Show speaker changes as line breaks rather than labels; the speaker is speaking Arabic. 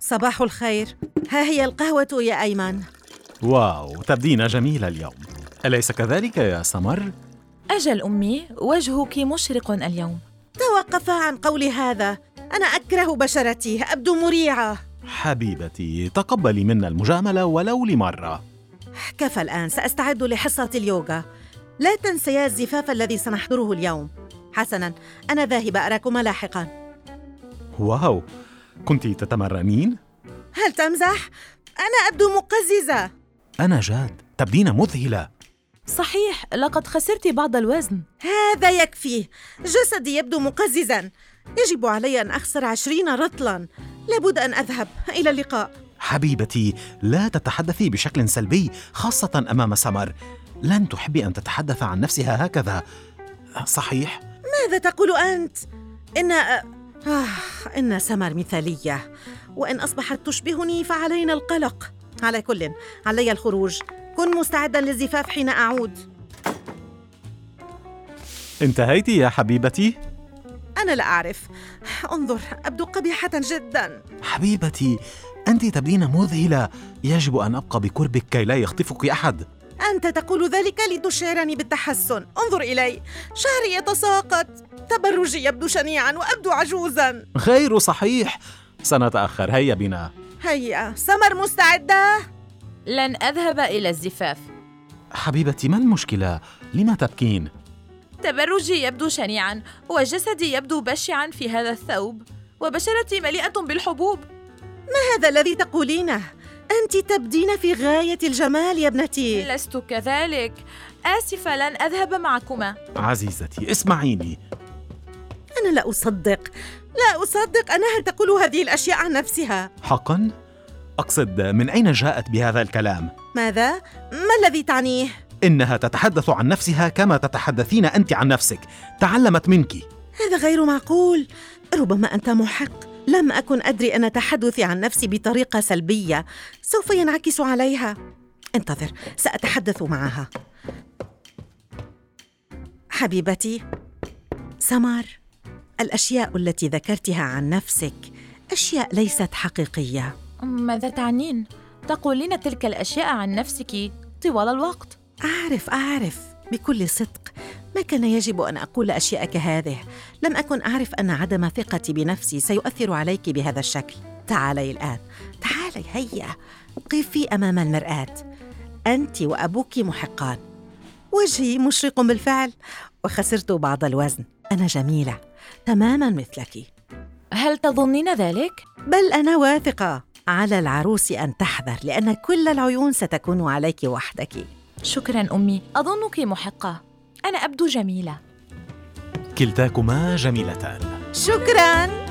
صباح الخير ها هي القهوة يا أيمن
واو تبدين جميلة اليوم أليس كذلك يا سمر؟
أجل أمي وجهك مشرق اليوم
توقف عن قول هذا أنا أكره بشرتي أبدو مريعة
حبيبتي تقبلي منا المجاملة ولو لمرة
كفى الآن سأستعد لحصة اليوغا لا تنسيا الزفاف الذي سنحضره اليوم حسنا أنا ذاهبة أراكما لاحقا
واو كنت تتمرنين؟
هل تمزح؟ أنا أبدو مقززة
أنا جاد تبدين مذهلة
صحيح لقد خسرت بعض الوزن
هذا يكفي جسدي يبدو مقززا يجب علي أن أخسر عشرين رطلا لابد أن أذهب إلى اللقاء
حبيبتي لا تتحدثي بشكل سلبي خاصة أمام سمر لن تحب أن تتحدث عن نفسها هكذا صحيح؟
ماذا تقول أنت؟ إن آه إن سمر مثالية وإن أصبحت تشبهني فعلينا القلق على كل علي الخروج كن مستعدا للزفاف حين أعود
انتهيتي يا حبيبتي؟
أنا لا أعرف انظر أبدو قبيحة جدا
حبيبتي أنت تبدين مذهلة يجب أن أبقى بقربك كي لا يخطفك أحد
أنت تقول ذلك لتشعرني بالتحسن انظر إلي شعري يتساقط تبرجي يبدو شنيعا وأبدو عجوزا
غير صحيح سنتأخر هيا بنا
هيا سمر مستعدة
لن أذهب إلى الزفاف
حبيبتي ما المشكلة؟ لما تبكين؟
تبرجي يبدو شنيعا وجسدي يبدو بشعا في هذا الثوب وبشرتي مليئة بالحبوب
هذا الذي تقولينه أنت تبدين في غاية الجمال يا ابنتي
لست كذلك آسفة لن أذهب معكما
عزيزتي اسمعيني
أنا لا أصدق لا أصدق أنها تقول هذه الأشياء عن نفسها
حقا؟ أقصد من أين جاءت بهذا الكلام؟
ماذا؟ ما الذي تعنيه؟
إنها تتحدث عن نفسها كما تتحدثين أنت عن نفسك تعلمت منك
هذا غير معقول ربما أنت محق لم أكن أدري أن تحدثي عن نفسي بطريقة سلبية سوف ينعكس عليها انتظر سأتحدث معها حبيبتي سمر الأشياء التي ذكرتها عن نفسك أشياء ليست حقيقية
ماذا تعنين؟ تقولين تلك الأشياء عن نفسك طوال الوقت
أعرف أعرف بكل صدق ما كان يجب أن أقول أشياء كهذه لم أكن أعرف أن عدم ثقتي بنفسي سيؤثر عليك بهذا الشكل تعالي الآن تعالي هيا قفي أمام المرآة أنت وأبوك محقان وجهي مشرق بالفعل وخسرت بعض الوزن أنا جميلة تماما مثلك
هل تظنين ذلك؟
بل أنا واثقة على العروس أن تحذر لأن كل العيون ستكون عليك وحدك
شكرا أمي أظنك محقة أنا أبدو جميلة
كلتاكما جميلتان
شكراً